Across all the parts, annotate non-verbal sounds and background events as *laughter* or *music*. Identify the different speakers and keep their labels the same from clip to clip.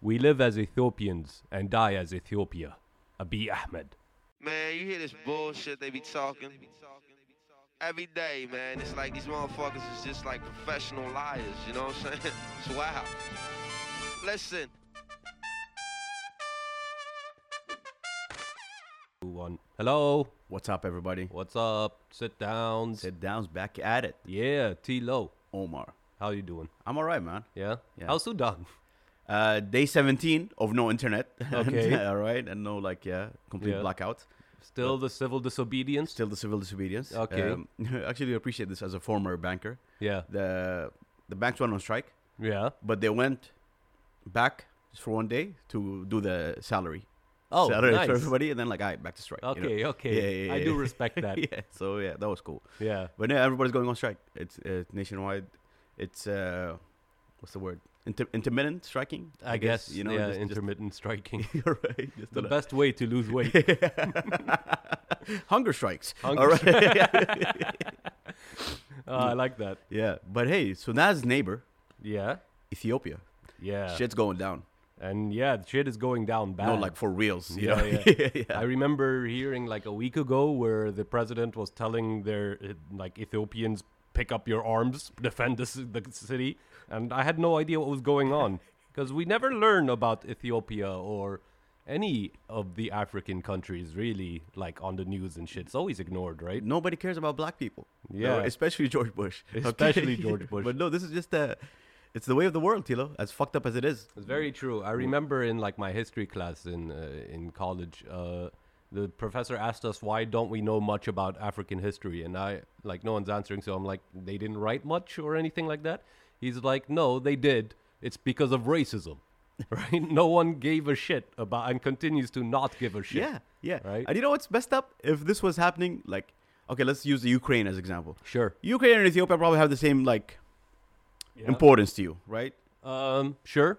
Speaker 1: We live as Ethiopians and die as Ethiopia. Abiy Ahmed.
Speaker 2: Man, you hear this bullshit they be talking every day, man. It's like these motherfuckers is just like professional liars, you know what I'm saying? *laughs* It's wild. Listen.
Speaker 1: One. Hello.
Speaker 3: What's up, everybody?
Speaker 1: What's up? Sit down.
Speaker 3: Sit down's back at it.
Speaker 1: Yeah, T Lo.
Speaker 3: Omar,
Speaker 1: How you doing?
Speaker 3: I'm all right, man.
Speaker 1: Yeah?
Speaker 3: Yeah.
Speaker 1: How's Sudan?
Speaker 3: Uh, day 17 of no internet.
Speaker 1: Okay.
Speaker 3: *laughs* all right, and no like yeah, complete
Speaker 1: Yeah.
Speaker 3: blackout.
Speaker 1: Still the civil disobedience?
Speaker 3: Still the civil disobedience.
Speaker 1: Okay.
Speaker 3: Um, *laughs* actually, I appreciate this as a former banker.
Speaker 1: Yeah.
Speaker 3: The the banks went on strike,
Speaker 1: Yeah.
Speaker 3: but they went back just for one day to do the salary.
Speaker 1: Oh,
Speaker 3: salary
Speaker 1: nice.
Speaker 3: for everybody, and then like, all right, back to strike. you know?
Speaker 1: Okay, okay.
Speaker 3: Yeah, yeah,
Speaker 1: I do
Speaker 3: yeah.
Speaker 1: respect that.
Speaker 3: *laughs* yeah. So yeah, that was cool.
Speaker 1: yeah.
Speaker 3: But yeah, everybody's going on strike. It's uh, nationwide. It's uh, what's the word? Inter- intermittent striking.
Speaker 1: I, guess, you know, yeah,
Speaker 3: just- uh, just-
Speaker 1: intermittent striking.
Speaker 3: *laughs* you're right. Just
Speaker 1: the
Speaker 3: a-
Speaker 1: best way to lose weight.
Speaker 3: *laughs* hunger strikes.
Speaker 1: Hunger
Speaker 3: All right.
Speaker 1: *laughs* Uh, I like that.
Speaker 3: *laughs* yeah, but hey, Sudan's neighbor,
Speaker 1: Yeah.
Speaker 3: Ethiopia,
Speaker 1: Yeah.
Speaker 3: shit's going down.
Speaker 1: And yeah, shit is going down bad.
Speaker 3: No, like for reals. You
Speaker 1: Yeah,
Speaker 3: know? *laughs*
Speaker 1: yeah. I remember hearing like a week ago where the president was telling their uh, like Ethiopians pick up your arms, defend this, the city, and I had no idea what was going on because we never learn about Ethiopia or any of the African countries really like on the news and shit. It's always ignored, right?
Speaker 3: Nobody cares about black people.
Speaker 1: Yeah.
Speaker 3: especially George Bush. okay?
Speaker 1: Especially George Bush.
Speaker 3: *laughs* but no, this is just the. It's the way of the world, Tilo. As fucked up as it is.
Speaker 1: It's very true. I remember in like my history class in uh, in college, uh, the professor asked us why don't we know much about African history, and I like no one's answering, so I'm like they didn't write much or anything like that. He's like, no, they did. It's because of racism, *laughs* right? no one gave a shit about and continues to not give a shit.
Speaker 3: Yeah, yeah.
Speaker 1: Right?
Speaker 3: And you know what's messed up? If this was happening, like, okay, let's use the Ukraine as example.
Speaker 1: Sure.
Speaker 3: Ukraine and Ethiopia probably have the same like
Speaker 1: Yeah.
Speaker 3: importance to you, right?
Speaker 1: Um. Sure.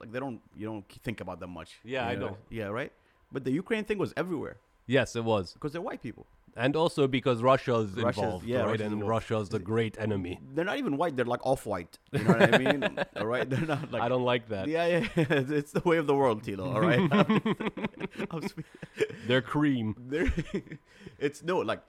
Speaker 3: Like they don't, you don't think about them much.
Speaker 1: Yeah,
Speaker 3: you
Speaker 1: I know.
Speaker 3: Yeah, right. But the Ukraine thing was everywhere
Speaker 1: Yes, it was,
Speaker 3: because they're white people.
Speaker 1: and also because Russia's,
Speaker 3: Russia's-
Speaker 1: involved,
Speaker 3: yeah,
Speaker 1: right?
Speaker 3: Russia's
Speaker 1: and
Speaker 3: involved.
Speaker 1: Russia's the great enemy.
Speaker 3: They're not even white. They're like off-white. You know what I
Speaker 1: *laughs*
Speaker 3: mean? *laughs* all right. They're not like.
Speaker 1: I don't like that.
Speaker 3: Yeah, yeah. *laughs* It's, it's the way of the world, Tilo. All right.
Speaker 1: *laughs*
Speaker 3: *laughs* I'm spe-
Speaker 1: They're cream.
Speaker 3: they're- *laughs* it's no like.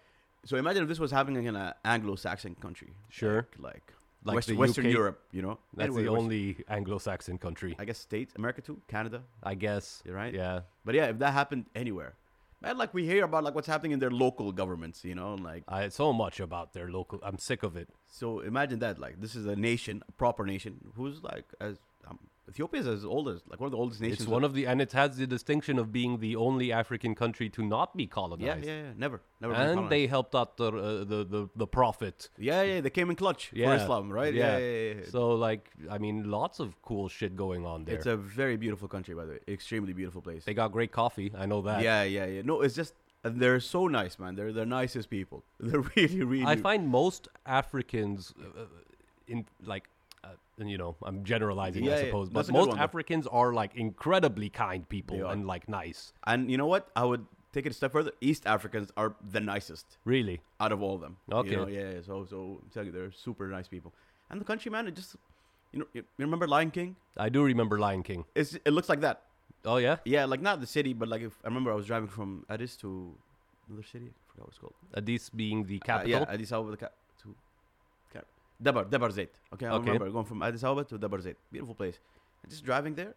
Speaker 3: So imagine if this was happening in an Anglo-Saxon country.
Speaker 1: Sure.
Speaker 3: Like, like,
Speaker 1: Like
Speaker 3: West-
Speaker 1: the
Speaker 3: Western
Speaker 1: UK?
Speaker 3: Europe. You know.
Speaker 1: That's
Speaker 3: Anyway,
Speaker 1: the
Speaker 3: West-
Speaker 1: only Anglo-Saxon country,
Speaker 3: I guess states, America too, Canada,
Speaker 1: I guess.
Speaker 3: You're right.
Speaker 1: Yeah.
Speaker 3: But yeah, if that happened anywhere, man, like we hear about like what's happening in their local governments, you know, like
Speaker 1: I so much about their local. I'm sick of it.
Speaker 3: so imagine that like this is a nation, a proper nation, who's like as um, Ethiopia is as old as like one of the oldest nations.
Speaker 1: It's one of the and it has the distinction of being the only African country to not be
Speaker 3: yeah,
Speaker 1: colonized.
Speaker 3: yeah, yeah, never, never. been
Speaker 1: And they
Speaker 3: colonized.
Speaker 1: helped out the uh, the, the the prophet.
Speaker 3: yeah, yeah, they came in clutch
Speaker 1: Yeah.
Speaker 3: for Islam, right? Yeah, yeah, yeah. yeah.
Speaker 1: So like, I mean, lots of cool shit going on there.
Speaker 3: it's a very beautiful country, by the way, extremely beautiful place.
Speaker 1: they got great coffee. I know that.
Speaker 3: yeah, yeah, yeah. No, it's just and they're so nice, man. They're the nicest people. *laughs* They're really, really.
Speaker 1: I find most Africans, uh, uh, in like, uh, and, you know, I'm generalizing,
Speaker 3: Yeah,
Speaker 1: I
Speaker 3: yeah.
Speaker 1: suppose, but
Speaker 3: That's a good
Speaker 1: most
Speaker 3: one, though.
Speaker 1: Africans are like incredibly kind people
Speaker 3: are.
Speaker 1: and like nice.
Speaker 3: and you know what? I would take it a step further. East Africans are the nicest.
Speaker 1: Really.
Speaker 3: out of all of them.
Speaker 1: Okay.
Speaker 3: You know, yeah, yeah. So, so I'm telling you, they're super nice people. And the country, man, it just, you know, you you remember Lion King?
Speaker 1: I do remember Lion King.
Speaker 3: It's, it looks like that.
Speaker 1: Oh yeah,
Speaker 3: Yeah, like not the city, but like if I remember, I was driving from Addis to another city. I forgot what it's called.
Speaker 1: Addis being the
Speaker 3: Uh,
Speaker 1: capital.
Speaker 3: yeah, Addis Ababa the cap- to cap- Debar, Debar Zait. Okay, I
Speaker 1: Okay.
Speaker 3: remember going from Addis Ababa to Debar Zait. Beautiful place. And just driving there,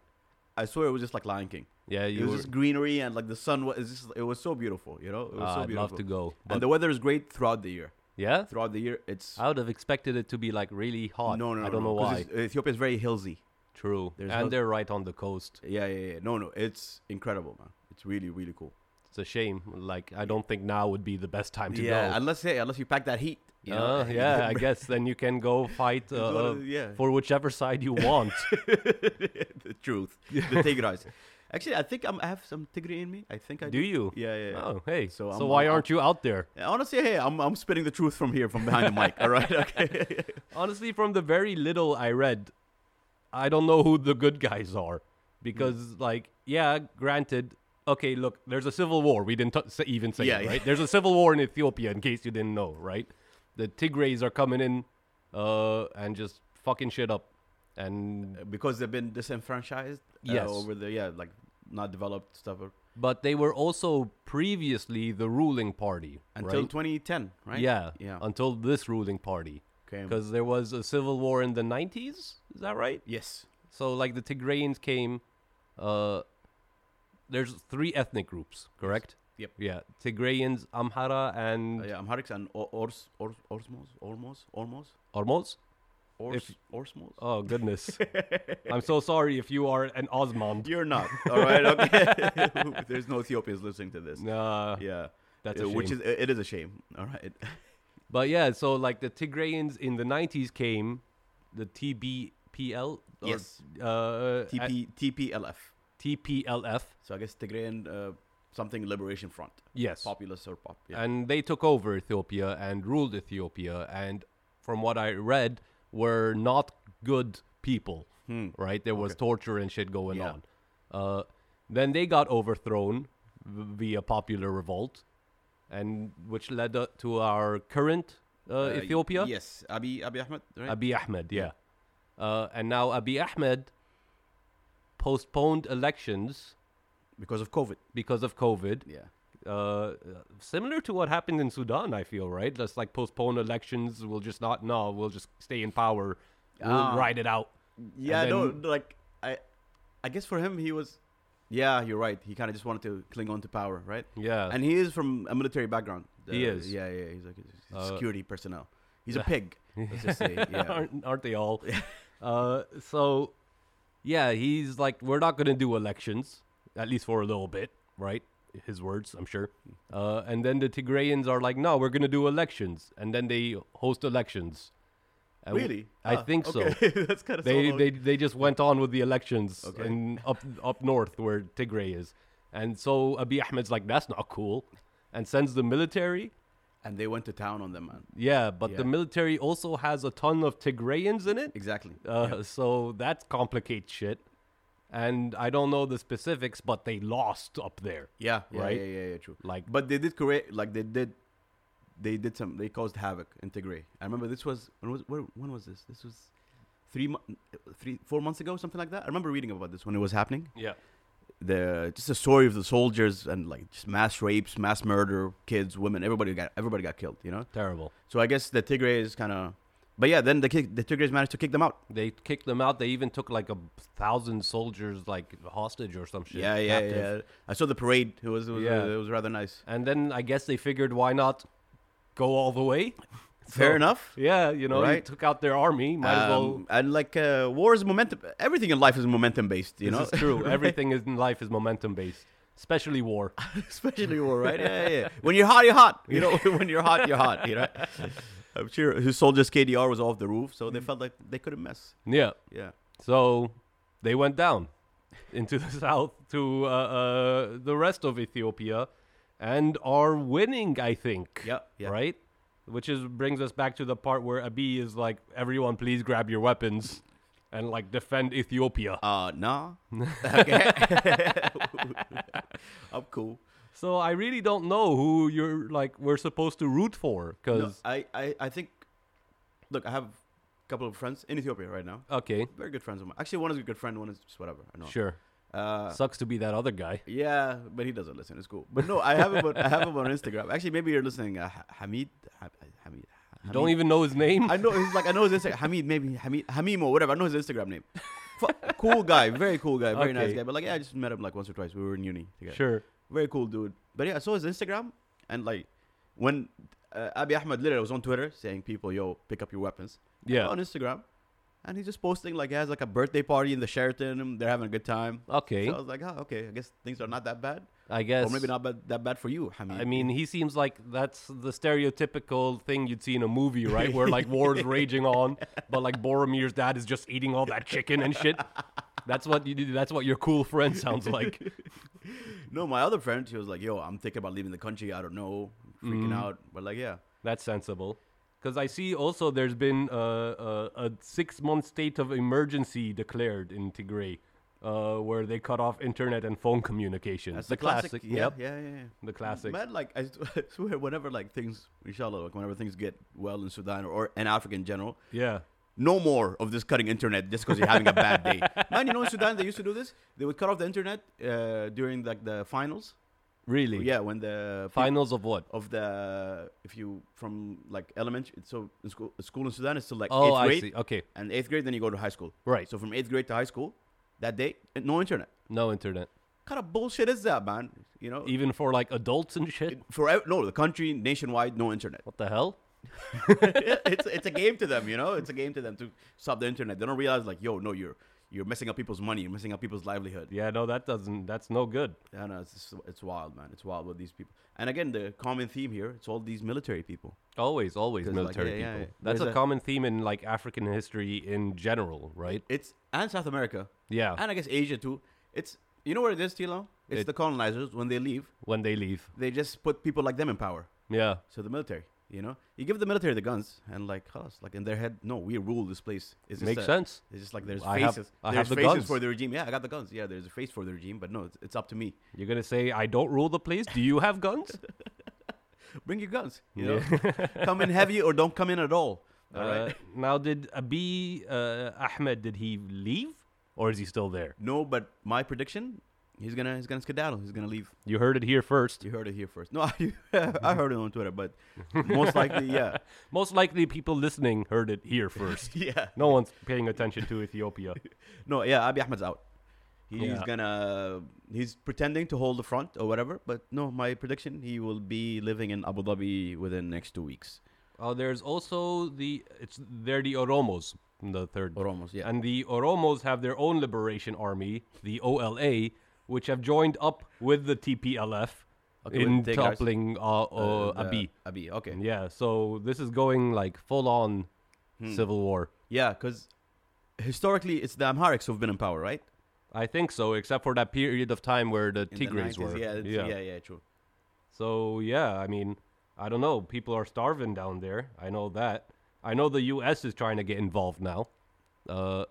Speaker 3: I swear it was just like Lion King.
Speaker 1: yeah,
Speaker 3: it
Speaker 1: you
Speaker 3: was
Speaker 1: were,
Speaker 3: just greenery and like the sun was. it's Just, it was so beautiful, you know. It was
Speaker 1: Ah,
Speaker 3: so
Speaker 1: I'd
Speaker 3: beautiful.
Speaker 1: love to go. But
Speaker 3: And the weather is great throughout the year.
Speaker 1: yeah,
Speaker 3: Throughout the year, it's
Speaker 1: I would have expected it to be like really hot.
Speaker 3: No, no,
Speaker 1: I don't
Speaker 3: no,
Speaker 1: know
Speaker 3: 'cause
Speaker 1: why.
Speaker 3: it's- Ethiopia is very hillsy.
Speaker 1: True, and
Speaker 3: there's no-
Speaker 1: they're right on the coast.
Speaker 3: Yeah, yeah, yeah. No, no, it's incredible, man. It's really, really cool.
Speaker 1: It's a shame. Like I don't think now would be the best time to
Speaker 3: yeah,
Speaker 1: go.
Speaker 3: unless yeah, unless you pack that heat. You know? *laughs*
Speaker 1: Uh, yeah, I guess then you can go fight uh,
Speaker 3: one
Speaker 1: uh,
Speaker 3: of the- yeah.
Speaker 1: for whichever side you
Speaker 3: *laughs*
Speaker 1: want.
Speaker 3: the truth. The Tigrays. Actually, I think I'm, I have some Tigray in me. I think I
Speaker 1: do you?
Speaker 3: Yeah, yeah. yeah.
Speaker 1: Oh, hey. So,
Speaker 3: So I'm-
Speaker 1: why
Speaker 3: I'm-
Speaker 1: aren't you out there?
Speaker 3: Yeah, Honestly, hey, I'm I'm spitting the truth from here, from behind
Speaker 1: *laughs*
Speaker 3: the mic. All right, okay. *laughs*
Speaker 1: Honestly, from the very little I read, I don't know who the good guys are because, like, yeah, granted, okay, look, there's a civil war. We didn't t- say, even say
Speaker 3: Yeah,
Speaker 1: it,
Speaker 3: yeah.
Speaker 1: right? There's a civil war in Ethiopia, in case you didn't know, right? The Tigrays are coming in uh, and just fucking shit up, and
Speaker 3: because they've been disenfranchised. uh,
Speaker 1: Yes.
Speaker 3: over the yeah, like not developed stuff uh, or-
Speaker 1: but they were also previously the ruling party
Speaker 3: until
Speaker 1: right?
Speaker 3: 2010, right?
Speaker 1: Yeah,
Speaker 3: yeah.
Speaker 1: until this ruling party.
Speaker 3: Came-
Speaker 1: Because there was a civil war in the 90s, is that right?
Speaker 3: yes,
Speaker 1: So, like, the Tigrayans came. Uh, there's three ethnic groups, correct?
Speaker 3: Yep.
Speaker 1: Yeah, Tigrayans, Amhara, and
Speaker 3: uh, yeah, Amharics and O- Ors, Ors, Orsmos, Ormos, Ormos,
Speaker 1: Ormoz.
Speaker 3: Ors,
Speaker 1: If-
Speaker 3: Orsmos.
Speaker 1: Oh,
Speaker 3: *laughs*
Speaker 1: goodness. I'm so sorry if you are an Osmond.
Speaker 3: You're not. All right. Okay. *laughs* There's no Ethiopians listening to this.
Speaker 1: *laughs* Nah,
Speaker 3: Yeah.
Speaker 1: that's
Speaker 3: Uh,
Speaker 1: a
Speaker 3: Which
Speaker 1: shame.
Speaker 3: is it is a shame. *laughs* All right.
Speaker 1: But yeah, so like the Tigrayans in the 90s came, the TBPL? or,
Speaker 3: Yes.
Speaker 1: Uh, at
Speaker 3: TP, TPLF.
Speaker 1: TPLF.
Speaker 3: So I guess Tigrayan uh, something Liberation Front.
Speaker 1: Yes.
Speaker 3: Populous or pop. Yeah.
Speaker 1: And they took over Ethiopia and ruled Ethiopia. And from what I read, were not good people, right? There was torture and shit going
Speaker 3: Hmm. Yeah.
Speaker 1: on. Uh, then they got overthrown v- via popular revolt, and which led uh, to our current uh,
Speaker 3: Uh, y-
Speaker 1: Ethiopia.
Speaker 3: Yes. Abi Abi Ahmed, right?
Speaker 1: Abiy Ahmed, yeah. Uh, and now Abiy Ahmed postponed elections
Speaker 3: because of COVID.
Speaker 1: because of COVID.
Speaker 3: Yeah.
Speaker 1: Uh, similar to what happened in Sudan, I feel, right? Let's like postpone elections. We'll just not, no, we'll just stay in power. We'll
Speaker 3: Ah.
Speaker 1: ride it out.
Speaker 3: Yeah,
Speaker 1: And
Speaker 3: no,
Speaker 1: then-
Speaker 3: like I, I guess for him he was, yeah, you're right. He kind of just wanted to cling on to power, right?
Speaker 1: Yeah.
Speaker 3: and he is from a military background. Uh,
Speaker 1: He is.
Speaker 3: Yeah, yeah. He's like he's
Speaker 1: Uh,
Speaker 3: security personnel. He's
Speaker 1: *laughs*
Speaker 3: a pig. Let's just say, *laughs* yeah.
Speaker 1: aren't, aren't they all? uh, so, yeah, he's like, we're not going to do elections, at least for a little bit, right? His words, I'm sure. Uh, and then the Tigrayans are like, no, we're going to do elections. And then they host elections. And w-
Speaker 3: Really?
Speaker 1: I
Speaker 3: Ah,
Speaker 1: think so.
Speaker 3: okay. *laughs* That's kind of
Speaker 1: They, they they just went on with the elections
Speaker 3: Okay.
Speaker 1: in up up north where Tigray is, and so Abiy Ahmed's like that's not cool, and sends the military.
Speaker 3: and they went to town on them, man.
Speaker 1: Yeah, but
Speaker 3: Yeah.
Speaker 1: the military also has a ton of Tigrayans in it.
Speaker 3: Exactly.
Speaker 1: Uh, So that complicates shit. And I don't know the specifics, but they lost up there.
Speaker 3: Yeah, yeah,
Speaker 1: Right?
Speaker 3: Yeah, yeah, yeah, true.
Speaker 1: Like-
Speaker 3: but they did create, like they did, they did some, they caused havoc in Tigray. I remember this was when was where, when was this? This was three, mo- three, four months ago, something like that. I remember reading about this when it was happening.
Speaker 1: Yeah.
Speaker 3: The just the story of the soldiers and like just mass rapes, mass murder, kids, women, everybody got everybody got killed. You know.
Speaker 1: Terrible.
Speaker 3: So I guess the Tigray is kind of, but yeah, then the kick, the Tigrays managed to kick them out.
Speaker 1: They kicked them out. They even took like a thousand soldiers like hostage or some shit.
Speaker 3: Yeah, yeah,
Speaker 1: captive.
Speaker 3: yeah. I saw the parade. It was, it was,
Speaker 1: Yeah.
Speaker 3: it was rather nice.
Speaker 1: And then I guess they figured why not go all the way?
Speaker 3: *laughs* Fair
Speaker 1: So-
Speaker 3: enough.
Speaker 1: Yeah, you know, they
Speaker 3: Right.
Speaker 1: took out their army. Might as well.
Speaker 3: Um, and like uh, war is momentum. Everything in life is momentum based, you
Speaker 1: This
Speaker 3: know.
Speaker 1: is
Speaker 3: *laughs*
Speaker 1: true. Everything is in life is momentum based, especially war. *laughs*
Speaker 3: especially war, right? Yeah, yeah. yeah. When you're hot, you're hot. You know, *laughs* when you're hot, you're hot. You
Speaker 1: *laughs*
Speaker 3: know. I'm sure his soldiers KDR was off the roof, so
Speaker 1: Mm.
Speaker 3: they felt like they couldn't mess.
Speaker 1: Yeah.
Speaker 3: Yeah,
Speaker 1: So they went down into the *laughs* south to uh, uh, the rest of Ethiopia and are winning, I think.
Speaker 3: Yeah, yeah.
Speaker 1: Right? Which is brings us back to the part where Abiy is like, everyone, please grab your weapons and like defend Ethiopia.
Speaker 3: uh,
Speaker 1: *laughs*
Speaker 3: nah. Okay, *laughs* I'm cool.
Speaker 1: So I really don't know who you're like, we're supposed to root for
Speaker 3: No,
Speaker 1: because,
Speaker 3: I, I, I think. Look, I have a couple of friends in Ethiopia right now.
Speaker 1: okay,
Speaker 3: Very good friends of mine. Actually, one is a good friend, one is just whatever. I know.
Speaker 1: sure.
Speaker 3: Uh,
Speaker 1: Sucks to be that other guy.
Speaker 3: Yeah, but he doesn't listen. It's cool. But no, I have him. On, I have him on Instagram. Actually, maybe you're listening. Uh, Ha- Hamid, Ha- Hamid, Hamid.
Speaker 1: Don't even know his name. *laughs*
Speaker 3: I know. He's like I know his Instagram. Hamid, maybe Hamid, Hamimo, whatever. I know his Instagram name. Fu- cool guy, very cool guy, very nice
Speaker 1: Okay.
Speaker 3: guy. But like, yeah, I just met him like once or twice. We were in uni together.
Speaker 1: Sure.
Speaker 3: Very cool dude. But yeah, I saw his Instagram and like when uh, Abi Ahmed literally was on Twitter saying people, yo, pick up your weapons.
Speaker 1: Yeah.
Speaker 3: On Instagram. And he's just posting like he has like a birthday party in the Sheraton. and They're having a good time.
Speaker 1: Okay.
Speaker 3: So I was like, oh, okay. I guess things are not that bad,
Speaker 1: I guess.
Speaker 3: or maybe not bad, that bad for you. I mean,
Speaker 1: I mean, he seems like that's the stereotypical thing you'd see in a movie,
Speaker 3: *laughs*
Speaker 1: right? Where like war is raging on, but like Boromir's dad is just eating all that chicken and
Speaker 3: *laughs*
Speaker 1: shit. That's what you do. That's what your cool friend sounds like.
Speaker 3: *laughs* no, my other friend, she was like, "Yo, I'm thinking about leaving the country. I don't know, I'm freaking
Speaker 1: Mm-hmm.
Speaker 3: out." But like, yeah,
Speaker 1: That's sensible. Because I see also there's been uh, a, a six month state of emergency declared in Tigray, uh, where they cut off internet and phone communication.
Speaker 3: that's
Speaker 1: the, classic.
Speaker 3: Yeah,
Speaker 1: yep.
Speaker 3: yeah, yeah, yeah.
Speaker 1: The classic.
Speaker 3: Man, like I s- *laughs* swear, whenever like things, inshallah, like whenever things get well in Sudan or, or in Africa in general,
Speaker 1: Yeah.
Speaker 3: no more of this cutting internet just because you're having a
Speaker 1: *laughs*
Speaker 3: bad day. Man, you know in Sudan they used to do this. They would cut off the internet uh, during like the finals.
Speaker 1: Really?
Speaker 3: Yeah, when the peop-
Speaker 1: Finals of what?
Speaker 3: of the if you from like elementary so in school, school in Sudan is still like
Speaker 1: Oh,
Speaker 3: eighth
Speaker 1: I
Speaker 3: grade
Speaker 1: see. Okay.
Speaker 3: and eighth grade then you go to high school
Speaker 1: Right.
Speaker 3: so from eighth grade to high school that day no internet
Speaker 1: No internet.
Speaker 3: kind of bullshit is that man you know
Speaker 1: Even for like adults and shit?
Speaker 3: for ev- no the country nationwide no internet *laughs*
Speaker 1: What the hell?
Speaker 3: it's it's a game to them you know it's a game to them to stop the internet they don't realize like yo no you're you're messing up people's money you're messing up people's livelihood
Speaker 1: Yeah, no, that doesn't, that's no good.
Speaker 3: I know it's just, it's wild man it's wild with these people and again the common theme here it's all these military people
Speaker 1: Always, always
Speaker 3: 'Cause, like,
Speaker 1: military
Speaker 3: yeah, yeah,
Speaker 1: people.
Speaker 3: yeah.
Speaker 1: That's
Speaker 3: There's
Speaker 1: a,
Speaker 3: a-
Speaker 1: common theme in like African history in general, right?
Speaker 3: it's and South America
Speaker 1: Yeah.
Speaker 3: and I guess Asia too. It's you know where it is, Tilo? It's
Speaker 1: It-
Speaker 3: the colonizers. When they leave,
Speaker 1: when they leave.
Speaker 3: they just put people like them in power.
Speaker 1: Yeah.
Speaker 3: So the military, you know, you give the military the guns and like, خلاص, like in their head, no, we rule this place. It's just
Speaker 1: Makes
Speaker 3: a-
Speaker 1: sense.
Speaker 3: It's just like there's
Speaker 1: I
Speaker 3: faces.
Speaker 1: have- I have
Speaker 3: there's
Speaker 1: the
Speaker 3: faces
Speaker 1: guns.
Speaker 3: for the regime. Yeah, I got the guns. Yeah, there's a face for the regime, but no, it's, it's up to me.
Speaker 1: You're going to say, I don't rule the place. Do you have
Speaker 3: *laughs*
Speaker 1: guns?
Speaker 3: Bring your guns. You
Speaker 1: *laughs*
Speaker 3: know, come in heavy or don't come in at all. All right.
Speaker 1: Uh, now, did Abi uh, Ahmed, did he leave or is he still there?
Speaker 3: No, but my prediction, he's gonna he's gonna skedaddle. He's gonna leave.
Speaker 1: You heard it here first.
Speaker 3: You heard it here first. No, *laughs* I, I heard it on Twitter, but most likely, yeah, *laughs*
Speaker 1: Most likely, people listening heard it here first.
Speaker 3: yeah.
Speaker 1: No one's paying attention to
Speaker 3: *laughs*
Speaker 1: Ethiopia.
Speaker 3: No, yeah, Abiy Ahmed's out. He's
Speaker 1: Yeah.
Speaker 3: gonna he's pretending to hold the front or whatever, but no, my prediction he will be living in Abu Dhabi within next two weeks
Speaker 1: Uh, there's also the it's they're the Oromos, the third.
Speaker 3: or almost. Yeah,
Speaker 1: And the Oromos have their own liberation army, the OLA, which have joined up with the TPLF
Speaker 3: Okay,
Speaker 1: in
Speaker 3: with Tigray.
Speaker 1: toppling uh, uh,
Speaker 3: The-
Speaker 1: Abiy.
Speaker 3: Abiy, okay,
Speaker 1: Yeah, so this is going like full on
Speaker 3: Hmm.
Speaker 1: civil war.
Speaker 3: yeah, because historically it's the Amharics who've been in power, right?
Speaker 1: I think so, except for that period of time where the
Speaker 3: In the
Speaker 1: Tigrays
Speaker 3: 90s,
Speaker 1: were.
Speaker 3: Yeah, it's- yeah, yeah, true.
Speaker 1: So yeah, I mean, I don't know. People are starving down there. I know that. I know the U.S. is trying to get involved now, uh,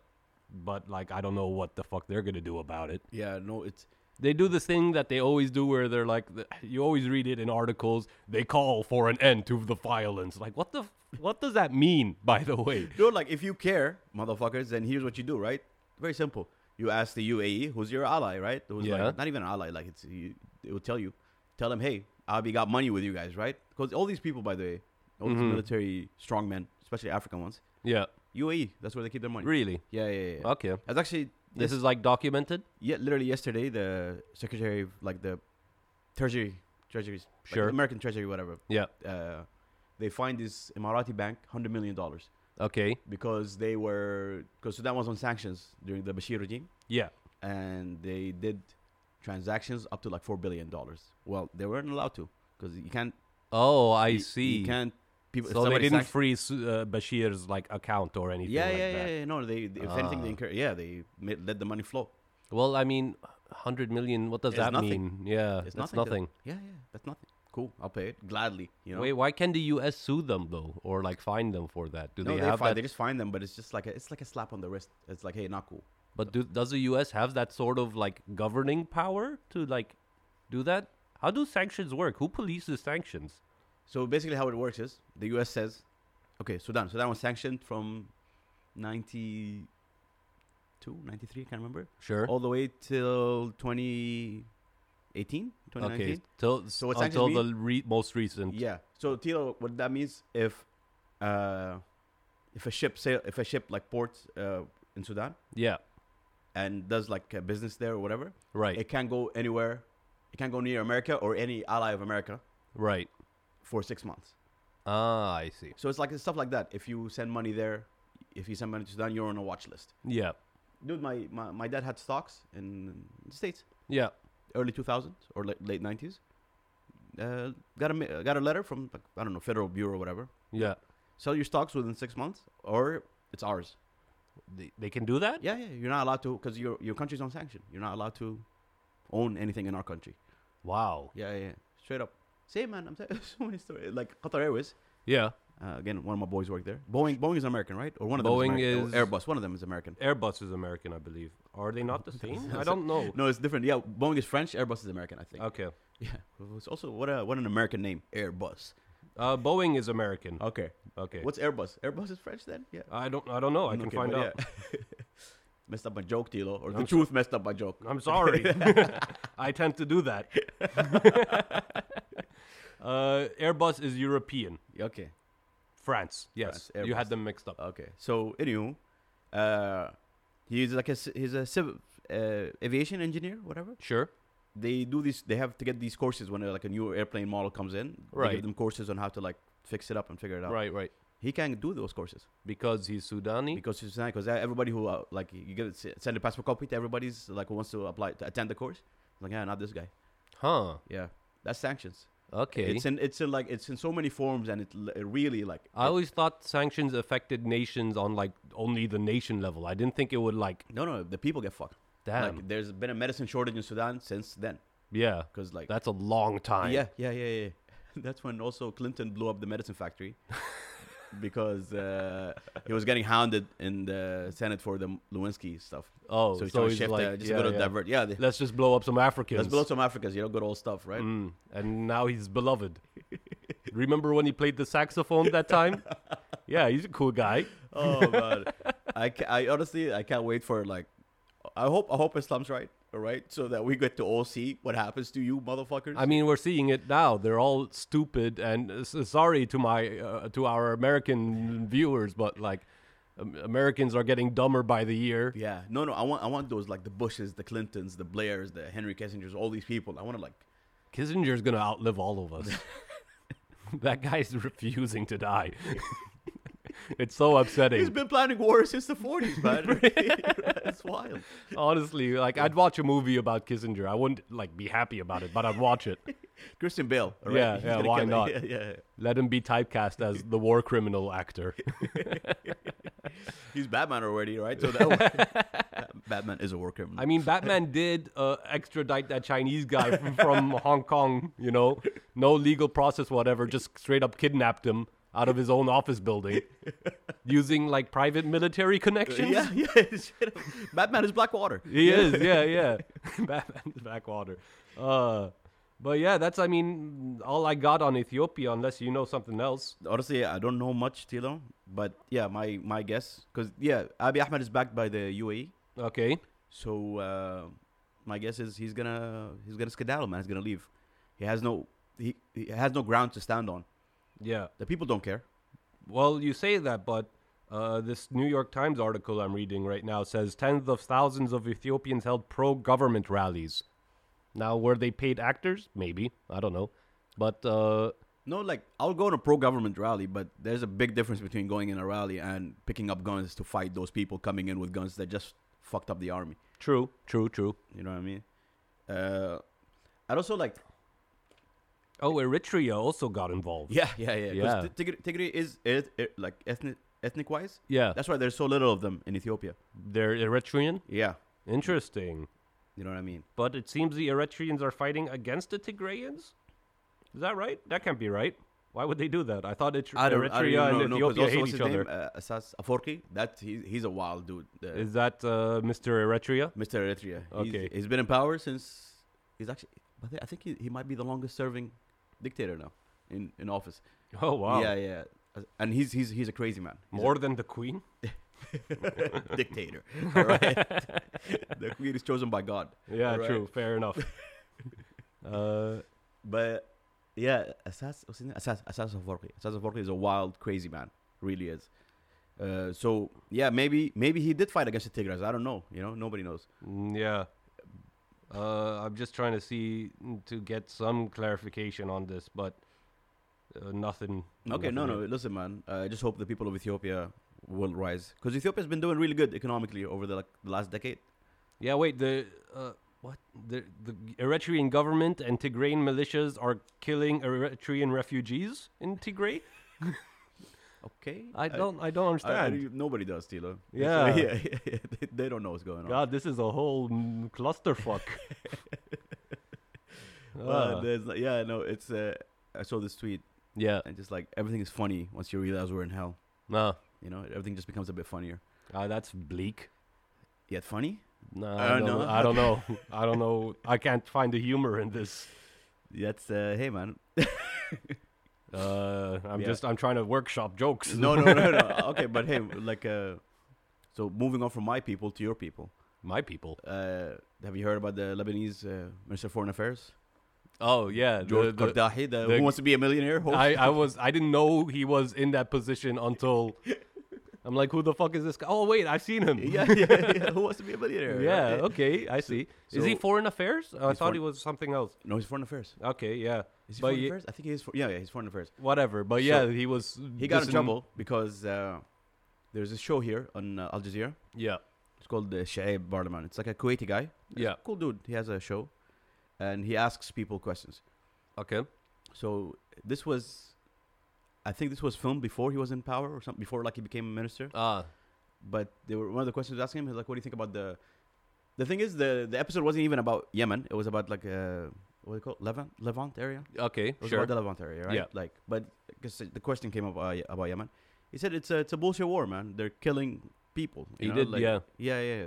Speaker 1: but like I don't know what the fuck they're gonna do about it.
Speaker 3: Yeah, no, it's
Speaker 1: They do this thing that they always do, where they're like, th- you always read it in articles. They call for an end to the violence. Like, what the, f- what does that mean? *laughs* By the way,
Speaker 3: you know, like if you care, motherfuckers, then here's what you do, right? Very simple. You ask the UAE, who's your ally, right? Who's
Speaker 1: Yeah.
Speaker 3: like, not even an ally, like it's you, it will tell you, tell them, hey, Abi got money with you guys, right? Because all these people, by the way, all
Speaker 1: Mm-hmm.
Speaker 3: these military strongmen, especially African ones,
Speaker 1: yeah,
Speaker 3: UAE, that's where they keep their money.
Speaker 1: really,
Speaker 3: Yeah, yeah, yeah.
Speaker 1: okay.
Speaker 3: That's actually
Speaker 1: This is like documented.
Speaker 3: yeah, literally yesterday, the secretary, of, like the treasury, treasuries, like
Speaker 1: Sure.
Speaker 3: American treasury, whatever.
Speaker 1: Yeah.
Speaker 3: Uh, they find this Emirati bank, hundred million dollars
Speaker 1: Okay.
Speaker 3: because they were because Sudan was on sanctions during the Bashir regime,
Speaker 1: Yeah.
Speaker 3: and they did transactions up to like four billion dollars. Well, they weren't allowed to because you can't.
Speaker 1: Oh, I
Speaker 3: you-
Speaker 1: see.
Speaker 3: You can't. People.
Speaker 1: so they
Speaker 3: somebody
Speaker 1: didn't
Speaker 3: sanction-
Speaker 1: freeze uh, Bashir's like account or anything
Speaker 3: yeah,
Speaker 1: like
Speaker 3: yeah,
Speaker 1: that. Ah.
Speaker 3: yeah, yeah. No, they. they- If anything, they encourage. Yeah, they made, let the money flow.
Speaker 1: Well, I mean, hundred million. What does
Speaker 3: It's
Speaker 1: that
Speaker 3: nothing.
Speaker 1: mean? Yeah,
Speaker 3: It's
Speaker 1: that's
Speaker 3: nothing. to-
Speaker 1: nothing.
Speaker 3: yeah, yeah, that's nothing. Cool, I'll pay it gladly. You know.
Speaker 1: Wait, why can the U.S. sue them though, or like fine them for that? Do
Speaker 3: no,
Speaker 1: they
Speaker 3: they,
Speaker 1: have
Speaker 3: find,
Speaker 1: that?
Speaker 3: they just find them, but it's just like a, it's like a slap on the wrist. It's like, hey, not cool.
Speaker 1: But do, does the U.S. have that sort of like governing power to like do that? How do sanctions work? Who polices sanctions?
Speaker 3: So basically, how it works is the U.S. says, okay, Sudan. Sudan was sanctioned from 92, 93, I can't remember,
Speaker 1: Sure.
Speaker 3: all the way till 2018, 2019.
Speaker 1: okay. Till,
Speaker 3: So what
Speaker 1: until
Speaker 3: sanctions
Speaker 1: the re- most recent.
Speaker 3: Yeah. So Tilo, what that means if, uh, if a ship sail, if a ship like ports uh, in Sudan
Speaker 1: Yeah.
Speaker 3: and does like a business there or whatever,
Speaker 1: Right.
Speaker 3: it can't go anywhere. It can't go near America or any ally of America
Speaker 1: right.
Speaker 3: for six months.
Speaker 1: Ah, I see.
Speaker 3: So it's like it's stuff like that. If you send money there, if you send money to Sudan, you're on a watch list.
Speaker 1: Yeah.
Speaker 3: Dude, my, my, my dad had stocks in the States,
Speaker 1: Yeah.
Speaker 3: early 2000s or late, late 90s. Uh, got a ma- uh, got a letter from like, I don't know Federal Bureau or whatever.
Speaker 1: Yeah.
Speaker 3: Sell your stocks within six months, or it's ours.
Speaker 1: They, they can do that.
Speaker 3: Yeah, yeah. You're not allowed to because your your country's on sanction. You're not allowed to own anything in our country.
Speaker 1: Wow.
Speaker 3: Yeah, yeah. yeah. Straight up. Same man. I'm telling *laughs* so many stories. Like Qatar Airways.
Speaker 1: Yeah.
Speaker 3: Uh, again, one of my boys worked there. Boeing. Boeing is American, right? Or one of
Speaker 1: Boeing
Speaker 3: them is, American, or
Speaker 1: is-
Speaker 3: Airbus. One of them is American.
Speaker 1: Airbus is American, I believe. Are they *laughs* not the same? I don't *laughs* know.
Speaker 3: No, it's different. Yeah, Boeing is French. Airbus is American, I think.
Speaker 1: Okay.
Speaker 3: Yeah, it's also what a what an American name, Airbus.
Speaker 1: Uh, Boeing is American.
Speaker 3: Okay.
Speaker 1: Okay.
Speaker 3: What's Airbus? Airbus is French then? Yeah.
Speaker 1: I don't. I don't know. Oh, I can
Speaker 3: Okay,
Speaker 1: find
Speaker 3: but
Speaker 1: out. *laughs*
Speaker 3: yeah. *laughs* messed up my joke, Tilo. Or the
Speaker 1: I'm so-
Speaker 3: truth messed up my joke.
Speaker 1: I'm *laughs* sorry. I tend to do *laughs* that. uh, Airbus is European.
Speaker 3: Okay.
Speaker 1: France. Uh, Yes.
Speaker 3: France,
Speaker 1: you
Speaker 3: Airbus.
Speaker 1: had them mixed up.
Speaker 3: Okay. So anywho, uh, he's like a ci- he's a civil uh, aviation engineer, whatever.
Speaker 1: Sure.
Speaker 3: They do these. They have to get these courses when uh, like a new airplane model comes in. They
Speaker 1: Right.
Speaker 3: give them courses on how to like fix it up and figure it out.
Speaker 1: Right. Right.
Speaker 3: He can do those courses
Speaker 1: Because he's Sudani.
Speaker 3: because he's because everybody who uh, like you give it, send a passport copy to everybody's like who wants to apply to attend the course. Like yeah, not this guy.
Speaker 1: Huh.
Speaker 3: Yeah, that's sanctions.
Speaker 1: Okay.
Speaker 3: It's in it's in like it's in so many forms and it, l- it really like uh,
Speaker 1: I always thought sanctions affected nations on like only the nation level. I didn't think it would like
Speaker 3: no no the people get fucked.
Speaker 1: damn.
Speaker 3: Like there's been a medicine shortage in Sudan since then
Speaker 1: yeah.
Speaker 3: because like
Speaker 1: That's a long time.
Speaker 3: Yeah, yeah, yeah, *laughs* yeah. That's when also Clinton blew up the medicine
Speaker 1: *laughs*
Speaker 3: factory because uh, he was getting hounded in the Senate for the Lewinsky stuff.
Speaker 1: Oh,
Speaker 3: so he's
Speaker 1: so
Speaker 3: trying to
Speaker 1: he's
Speaker 3: shift
Speaker 1: like,
Speaker 3: that, just
Speaker 1: yeah,
Speaker 3: go to
Speaker 1: yeah.
Speaker 3: divert. Yeah, they,
Speaker 1: Let's just blow up some Africans.
Speaker 3: let's blow some Africans. You know, good old stuff, right?
Speaker 1: Mm, and now he's beloved. *laughs* Remember when he played the saxophone that
Speaker 3: *laughs*
Speaker 1: time? yeah, he's a cool guy. *laughs*
Speaker 3: Oh man, I, ca- I honestly I can't wait for like, I hope I hope Islam's right, all right, so that we get to all see what happens to you motherfuckers.
Speaker 1: I mean, we're seeing it now. They're all stupid, and uh, s- sorry to my uh, to our American viewers, but like um, Americans are getting dumber by the year.
Speaker 3: yeah, no, no, I want I want those like the Bushes, the Clintons, the Blairs, the Henry Kissingers, all these people. I want to like
Speaker 1: Kissinger's gonna outlive all of
Speaker 3: *laughs*
Speaker 1: us. that guy's refusing to die. *laughs* it's so
Speaker 3: He's
Speaker 1: upsetting.
Speaker 3: been planning war since the
Speaker 1: *laughs*
Speaker 3: 40s, man. *laughs* That's wild.
Speaker 1: Honestly, like I'd watch a movie about Kissinger. I wouldn't like be happy about it, but I'd watch
Speaker 3: *laughs*
Speaker 1: it.
Speaker 3: Christian Bale. all right?
Speaker 1: Yeah,
Speaker 3: He's
Speaker 1: yeah,
Speaker 3: gonna
Speaker 1: why
Speaker 3: kill it.
Speaker 1: not?
Speaker 3: *laughs* Yeah, yeah, yeah.
Speaker 1: Let him be typecast as the war criminal actor.
Speaker 3: He's Batman already, right?
Speaker 1: *laughs*
Speaker 3: So that Batman is a war criminal.
Speaker 1: I mean,
Speaker 3: *laughs*
Speaker 1: Batman did uh, extradite that Chinese guy from, from Hong Kong, you know, no legal process, whatever, just straight up kidnapped him out of his own office
Speaker 3: *laughs*
Speaker 1: building using like private military connections. *laughs*
Speaker 3: yeah, yeah. *laughs* straight up. Batman is Blackwater.
Speaker 1: He is, yeah, yeah. *laughs* Batman's backwater. Uh, but yeah, that's I mean all I got on Ethiopia, unless you know something else.
Speaker 3: Honestly, I don't know much, Tilo, but yeah, my my guess, because yeah, Abiy Ahmed is backed by the UAE,
Speaker 1: Okay,
Speaker 3: so uh, my guess is he's gonna he's gonna skedaddle, man. He's gonna leave. He has no he, he has no ground to stand on.
Speaker 1: yeah.
Speaker 3: The people don't care.
Speaker 1: Well, you say that, but uh, this New York Times article I'm reading right now says tens of thousands of Ethiopians held pro-government rallies. Now, were they paid actors? Maybe I don't know, but uh,
Speaker 3: No, like I'll go on a pro-government rally, but there's a big difference between going in a rally and picking up guns to fight those people coming in with guns that just fucked up the army.
Speaker 1: true, true, true.
Speaker 3: You know what I mean? Uh, I'd also like,
Speaker 1: Oh, Eritrea also got involved.
Speaker 3: yeah, *laughs* yeah, yeah.
Speaker 1: Yeah.
Speaker 3: Because Tigray, Tigray is it, it, like ethnic ethnic wise.
Speaker 1: yeah.
Speaker 3: That's why there's so little of them in Ethiopia.
Speaker 1: They're Eritrean.
Speaker 3: Yeah,
Speaker 1: Interesting.
Speaker 3: you know what I mean?
Speaker 1: But it seems the Eritreans are fighting against the Tigrayans. Is that right? That can't be right. Why would they do that? I thought it- Eritrea and
Speaker 3: no, 'cause
Speaker 1: Ethiopia
Speaker 3: also
Speaker 1: hate
Speaker 3: what's
Speaker 1: each
Speaker 3: his
Speaker 1: other.
Speaker 3: Name? Uh, Asas Aforki. That he, he's a wild dude. Uh,
Speaker 1: Is that uh, Mr. Eritrea?
Speaker 3: Mr. Eritrea. He's-
Speaker 1: Okay.
Speaker 3: he's been in power since he's actually. But I think he, he might be the longest serving dictator now in, in office.
Speaker 1: *laughs* Oh wow!
Speaker 3: Yeah, yeah. Uh, And he's he's he's a crazy man. He's a
Speaker 1: More than the Queen.
Speaker 3: *laughs* dictator. *laughs* All right. the queen is chosen by God.
Speaker 1: Yeah,
Speaker 3: All right.
Speaker 1: true. Fair
Speaker 3: *laughs*
Speaker 1: enough. uh,
Speaker 3: But yeah, Asas what's his name? Asas Asas Aforki. Asas Aforki is a wild, crazy man. Really is. Uh, so yeah, maybe maybe he did fight against the Tigras. I don't know. You know, nobody knows.
Speaker 1: mm, yeah. Uh, I'm just trying to see mm, to get some clarification on this, but uh, nothing.
Speaker 3: Okay, no,
Speaker 1: nothing
Speaker 3: no.
Speaker 1: yet.
Speaker 3: Listen, man. Uh, I just hope the people of Ethiopia will rise because Ethiopia's been doing really good economically over the like the last decade.
Speaker 1: Yeah, wait. The uh, what? The the Eritrean government and Tigrayan militias are killing Eritrean refugees in Tigray.
Speaker 3: Okay,
Speaker 1: I don't. I don't
Speaker 3: I- I-
Speaker 1: understand.
Speaker 3: nobody does, Tilo.
Speaker 1: Yeah.
Speaker 3: *laughs* yeah, yeah, yeah. They- They don't know what's going on.
Speaker 1: God, this is a whole mm, *laughs* clusterfuck. Ah.
Speaker 3: Uh,
Speaker 1: Uh,
Speaker 3: there's, like- yeah, no, it's. Uh, I saw this tweet
Speaker 1: yeah.
Speaker 3: and just like everything is funny once you realize we're in hell.
Speaker 1: No.
Speaker 3: You know, everything just becomes a bit funnier.
Speaker 1: Uh, that's bleak.
Speaker 3: Yet funny?
Speaker 1: No,
Speaker 3: Uh,
Speaker 1: I don't,
Speaker 3: no?
Speaker 1: I don't *laughs* know. I don't know. I can't find the humor in this. *laughs*
Speaker 3: That's uh, hey man.
Speaker 1: Uh, I'm
Speaker 3: Yeah.
Speaker 1: just I'm trying to workshop jokes.
Speaker 3: no, no, no, no.
Speaker 1: *laughs*
Speaker 3: Okay, but hey, like, uh, so moving on from my people to your people,
Speaker 1: My people.
Speaker 3: uh, have you heard about the Lebanese uh, Minister of Foreign Affairs,
Speaker 1: Oh yeah, the-
Speaker 3: George
Speaker 1: the-
Speaker 3: Qardahi, the,
Speaker 1: the-
Speaker 3: Who Wants to Be a Millionaire? Host?
Speaker 1: I, I was I didn't know he was in that position until I'm like, who the fuck is this guy? Oh wait, I've seen him.
Speaker 3: *laughs*
Speaker 1: *laughs*
Speaker 3: yeah, yeah, yeah. Who wants to be a millionaire?
Speaker 1: Yeah,
Speaker 3: right?
Speaker 1: okay, I see. is he
Speaker 3: so-
Speaker 1: foreign affairs? I thought
Speaker 3: foreign-
Speaker 1: he was something else.
Speaker 3: No, he's Foreign Affairs.
Speaker 1: Okay, yeah.
Speaker 3: Is he
Speaker 1: but
Speaker 3: Foreign
Speaker 1: ye-
Speaker 3: Affairs? I think he is. For, yeah, yeah, he's Foreign Affairs.
Speaker 1: whatever. But
Speaker 3: So,
Speaker 1: yeah, he was
Speaker 3: He got in
Speaker 1: dissing-
Speaker 3: trouble because uh, there's a show here on uh, Al Jazeera.
Speaker 1: Yeah.
Speaker 3: It's called the Shaib Barleman. It's like a Kuwaiti guy. He's a
Speaker 1: Yeah.
Speaker 3: cool dude. He has a show, and he asks people questions.
Speaker 1: Okay.
Speaker 3: So this was, I think this was filmed before he was in power or something before like he became a minister.
Speaker 1: Ah.
Speaker 3: But they were one of the questions asking him is like, what do you think about the? The thing is, the the episode wasn't even about Yemen. It was about like uh, what do you call it? Levant Levant area.
Speaker 1: okay.
Speaker 3: It was
Speaker 1: Sure.
Speaker 3: about the Levant area, right?
Speaker 1: Yeah.
Speaker 3: Like, but because the question came up uh, about Yemen, he said it's a it's a bullshit war, man. They're killing people. you
Speaker 1: He
Speaker 3: know,
Speaker 1: did,
Speaker 3: like-
Speaker 1: yeah.
Speaker 3: yeah, yeah. yeah.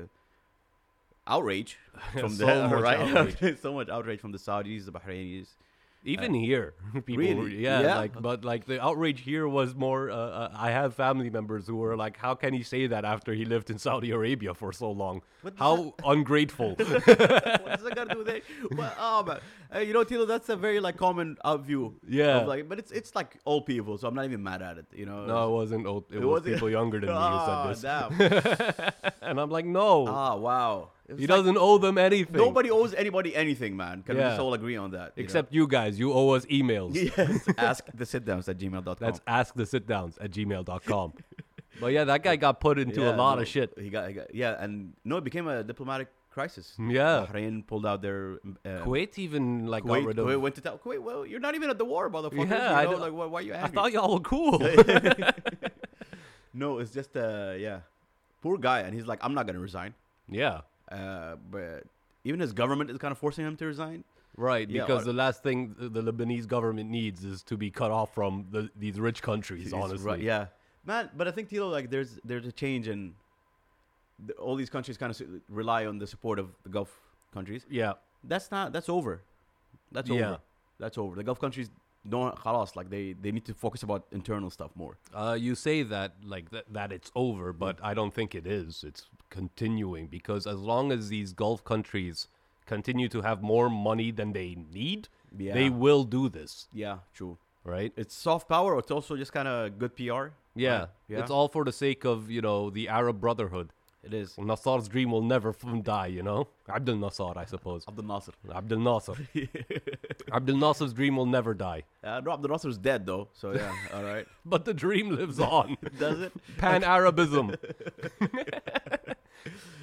Speaker 1: *laughs*
Speaker 3: Outrage from
Speaker 1: So
Speaker 3: the *laughs*
Speaker 1: much
Speaker 3: right,
Speaker 1: outrage.
Speaker 3: so much outrage from the Saudis, the Bahrainis.
Speaker 1: Even here, *laughs* people,
Speaker 3: really?
Speaker 1: were- yeah,
Speaker 3: Yeah?
Speaker 1: like, but like the outrage here was more. Uh, uh, I have family members who were like, "How can he say that after he lived in Saudi Arabia for so long?
Speaker 3: What does
Speaker 1: How
Speaker 3: *laughs*
Speaker 1: ungrateful!"
Speaker 3: what does that got to do with it? Well, oh, man. Uh, you know, Tilo, that's a very like common uh, view.
Speaker 1: Yeah.
Speaker 3: Of, like, but it's it's like old people, so I'm not even mad at it. You know.
Speaker 1: no, it wasn't old. It, was
Speaker 3: wasn't-
Speaker 1: people younger than
Speaker 3: *laughs* Ah,
Speaker 1: me who said
Speaker 3: damn.
Speaker 1: this, *laughs* and I'm like, no,
Speaker 3: Ah, wow. It was
Speaker 1: he
Speaker 3: like,
Speaker 1: doesn't owe them anything.
Speaker 3: Nobody owes anybody anything, man. Can we
Speaker 1: Yeah.
Speaker 3: just all agree on that? you
Speaker 1: *laughs*
Speaker 3: know?
Speaker 1: except you guys. You owe us emails.
Speaker 3: *laughs* yes. Ask the sitdowns at gmail.com.
Speaker 1: That's ask the sitdowns at
Speaker 3: *laughs*
Speaker 1: gmail.com. but yeah, that guy got put into
Speaker 3: Yeah,
Speaker 1: a lot
Speaker 3: no,
Speaker 1: of shit.
Speaker 3: He got, he got- yeah, and no, it became a diplomatic crisis.
Speaker 1: Yeah.
Speaker 3: Bahrain pulled out their uh,
Speaker 1: Kuwait even like got
Speaker 3: Kuwait,
Speaker 1: rid of.
Speaker 3: Kuwait went to tell Kuwait. Well, you're not even at the war, motherfucker.
Speaker 1: Yeah, I
Speaker 3: you know,
Speaker 1: don't-
Speaker 3: like why, why are you
Speaker 1: I
Speaker 3: angry?
Speaker 1: thought y'all were cool.
Speaker 3: *laughs* no, it's just uh, yeah, poor guy, and he's like, I'm not gonna resign.
Speaker 1: *laughs* yeah.
Speaker 3: Uh, but even his government is kind of forcing him to resign.
Speaker 1: Right,
Speaker 3: Yeah,
Speaker 1: because
Speaker 3: or-
Speaker 1: the last thing th- the Lebanese government needs is to be cut off from the, these rich countries.
Speaker 3: He's
Speaker 1: Honestly,
Speaker 3: right, yeah, man. But I think Tilo, like, there's there's a change in the, all these countries kind of rely on the support of the Gulf countries.
Speaker 1: yeah,
Speaker 3: that's not that's over that's
Speaker 1: Yeah.
Speaker 3: over that's over the gulf countries don't خلاص, like they they need to focus about internal stuff more
Speaker 1: Uh, you say that like that, that it's over, but I don't think it is. It's continuing because as long as these Gulf countries continue to have more money than they need,
Speaker 3: Yeah.
Speaker 1: they will do this.
Speaker 3: yeah true
Speaker 1: Right?
Speaker 3: it's soft power it's also just kind of good pr
Speaker 1: Yeah,
Speaker 3: right? yeah
Speaker 1: it's all for the sake of you know the Arab Brotherhood.
Speaker 3: it is
Speaker 1: Nasser's dream will never *laughs* f- die. You know, Abdel Nasser, I suppose.
Speaker 3: abdel nasser
Speaker 1: Abdel
Speaker 3: *laughs*
Speaker 1: Nasser. Abdel Nasser's dream will never die.
Speaker 3: uh, no abdel nasser's dead though so *laughs* yeah all right
Speaker 1: but the dream lives
Speaker 3: *laughs*
Speaker 1: on.
Speaker 3: does it
Speaker 1: Pan
Speaker 3: *laughs*
Speaker 1: Arabism. *laughs*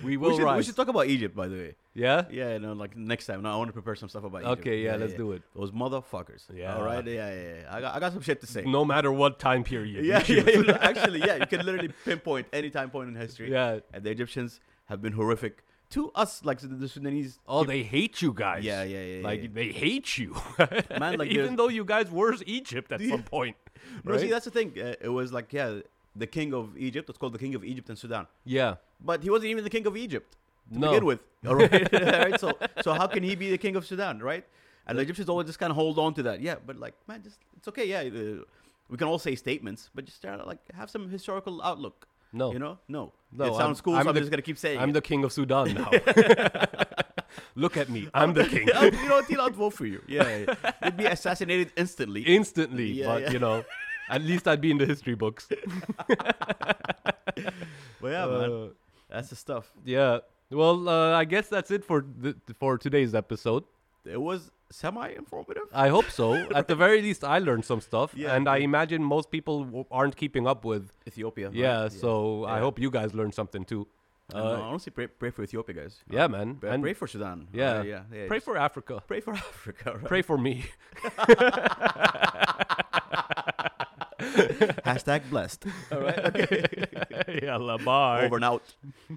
Speaker 1: we will
Speaker 3: we should, we
Speaker 1: rise.
Speaker 3: should talk about egypt by the way
Speaker 1: yeah?
Speaker 3: yeah you know like next time no i want to prepare some stuff about egypt.
Speaker 1: Okay, yeah, let's do it.
Speaker 3: those motherfuckers
Speaker 1: Yeah.
Speaker 3: all right yeah yeah, yeah. I, got, I got some shit to say
Speaker 1: No matter what time period. *laughs* you
Speaker 3: *laughs* yeah, yeah,
Speaker 1: choose.
Speaker 3: you- actually, yeah, you can literally pinpoint any time point in history.
Speaker 1: Yeah.
Speaker 3: and the Egyptians have been horrific to us, like the, the Sudanese.
Speaker 1: Oh, they hate you guys.
Speaker 3: Yeah, yeah, yeah,
Speaker 1: Like
Speaker 3: yeah.
Speaker 1: they hate you. *laughs*
Speaker 3: Man, like,
Speaker 1: even
Speaker 3: there's-
Speaker 1: though you guys were Egypt at
Speaker 3: *laughs*
Speaker 1: some point.
Speaker 3: No, see,
Speaker 1: right?
Speaker 3: that's the thing. Uh, it was like, yeah, the king of Egypt. It's called the king of Egypt and Sudan,
Speaker 1: yeah.
Speaker 3: but he wasn't even the king of Egypt to
Speaker 1: No.
Speaker 3: begin with.
Speaker 1: *laughs*
Speaker 3: All right, All right? So, so how can he be the king of Sudan, right? And the Egyptians always just kind of hold on to that. Yeah, but like, man, just it's okay. Yeah, uh, we can all say statements, but just try to like have some historical outlook.
Speaker 1: No.
Speaker 3: you know, no.
Speaker 1: No,
Speaker 3: it
Speaker 1: I'm-
Speaker 3: sounds cool,
Speaker 1: I'm
Speaker 3: so I'm
Speaker 1: the-
Speaker 3: just gonna keep saying.
Speaker 1: I'm
Speaker 3: *laughs* it.
Speaker 1: the king of Sudan now. *laughs* Look at me. I'm the king.
Speaker 3: *laughs* Yeah, you know, Tila would vote for you. Yeah, yeah. you'd be assassinated instantly.
Speaker 1: Instantly.
Speaker 3: Yeah,
Speaker 1: but
Speaker 3: yeah.
Speaker 1: you know, at least I'd be in the history books.
Speaker 3: Well, yeah, *laughs* man,
Speaker 1: Uh,
Speaker 3: that's the stuff.
Speaker 1: Yeah. Well, uh, I guess that's it for th- for today's episode.
Speaker 3: It was semi-informative.
Speaker 1: I hope
Speaker 3: *laughs*
Speaker 1: so. At the very least, I learned some stuff,
Speaker 3: Yeah,
Speaker 1: and I
Speaker 3: yeah.
Speaker 1: imagine most people w- aren't keeping up with.
Speaker 3: Ethiopia.
Speaker 1: Yeah. So I
Speaker 3: Yeah.
Speaker 1: hope you guys learned something too. Uh,
Speaker 3: I don't know, honestly, pray, pray for Ethiopia, guys.
Speaker 1: Yeah, man.
Speaker 3: Pray,
Speaker 1: and
Speaker 3: pray for Sudan.
Speaker 1: yeah,
Speaker 3: Uh, yeah, yeah.
Speaker 1: Pray
Speaker 3: just
Speaker 1: for Africa.
Speaker 3: pray for *laughs* Africa. Right?
Speaker 1: Pray for me.
Speaker 3: Hashtag blessed. All *laughs* right. *laughs* Okay.
Speaker 1: *laughs* yeah. la, Bye.
Speaker 3: Over and out.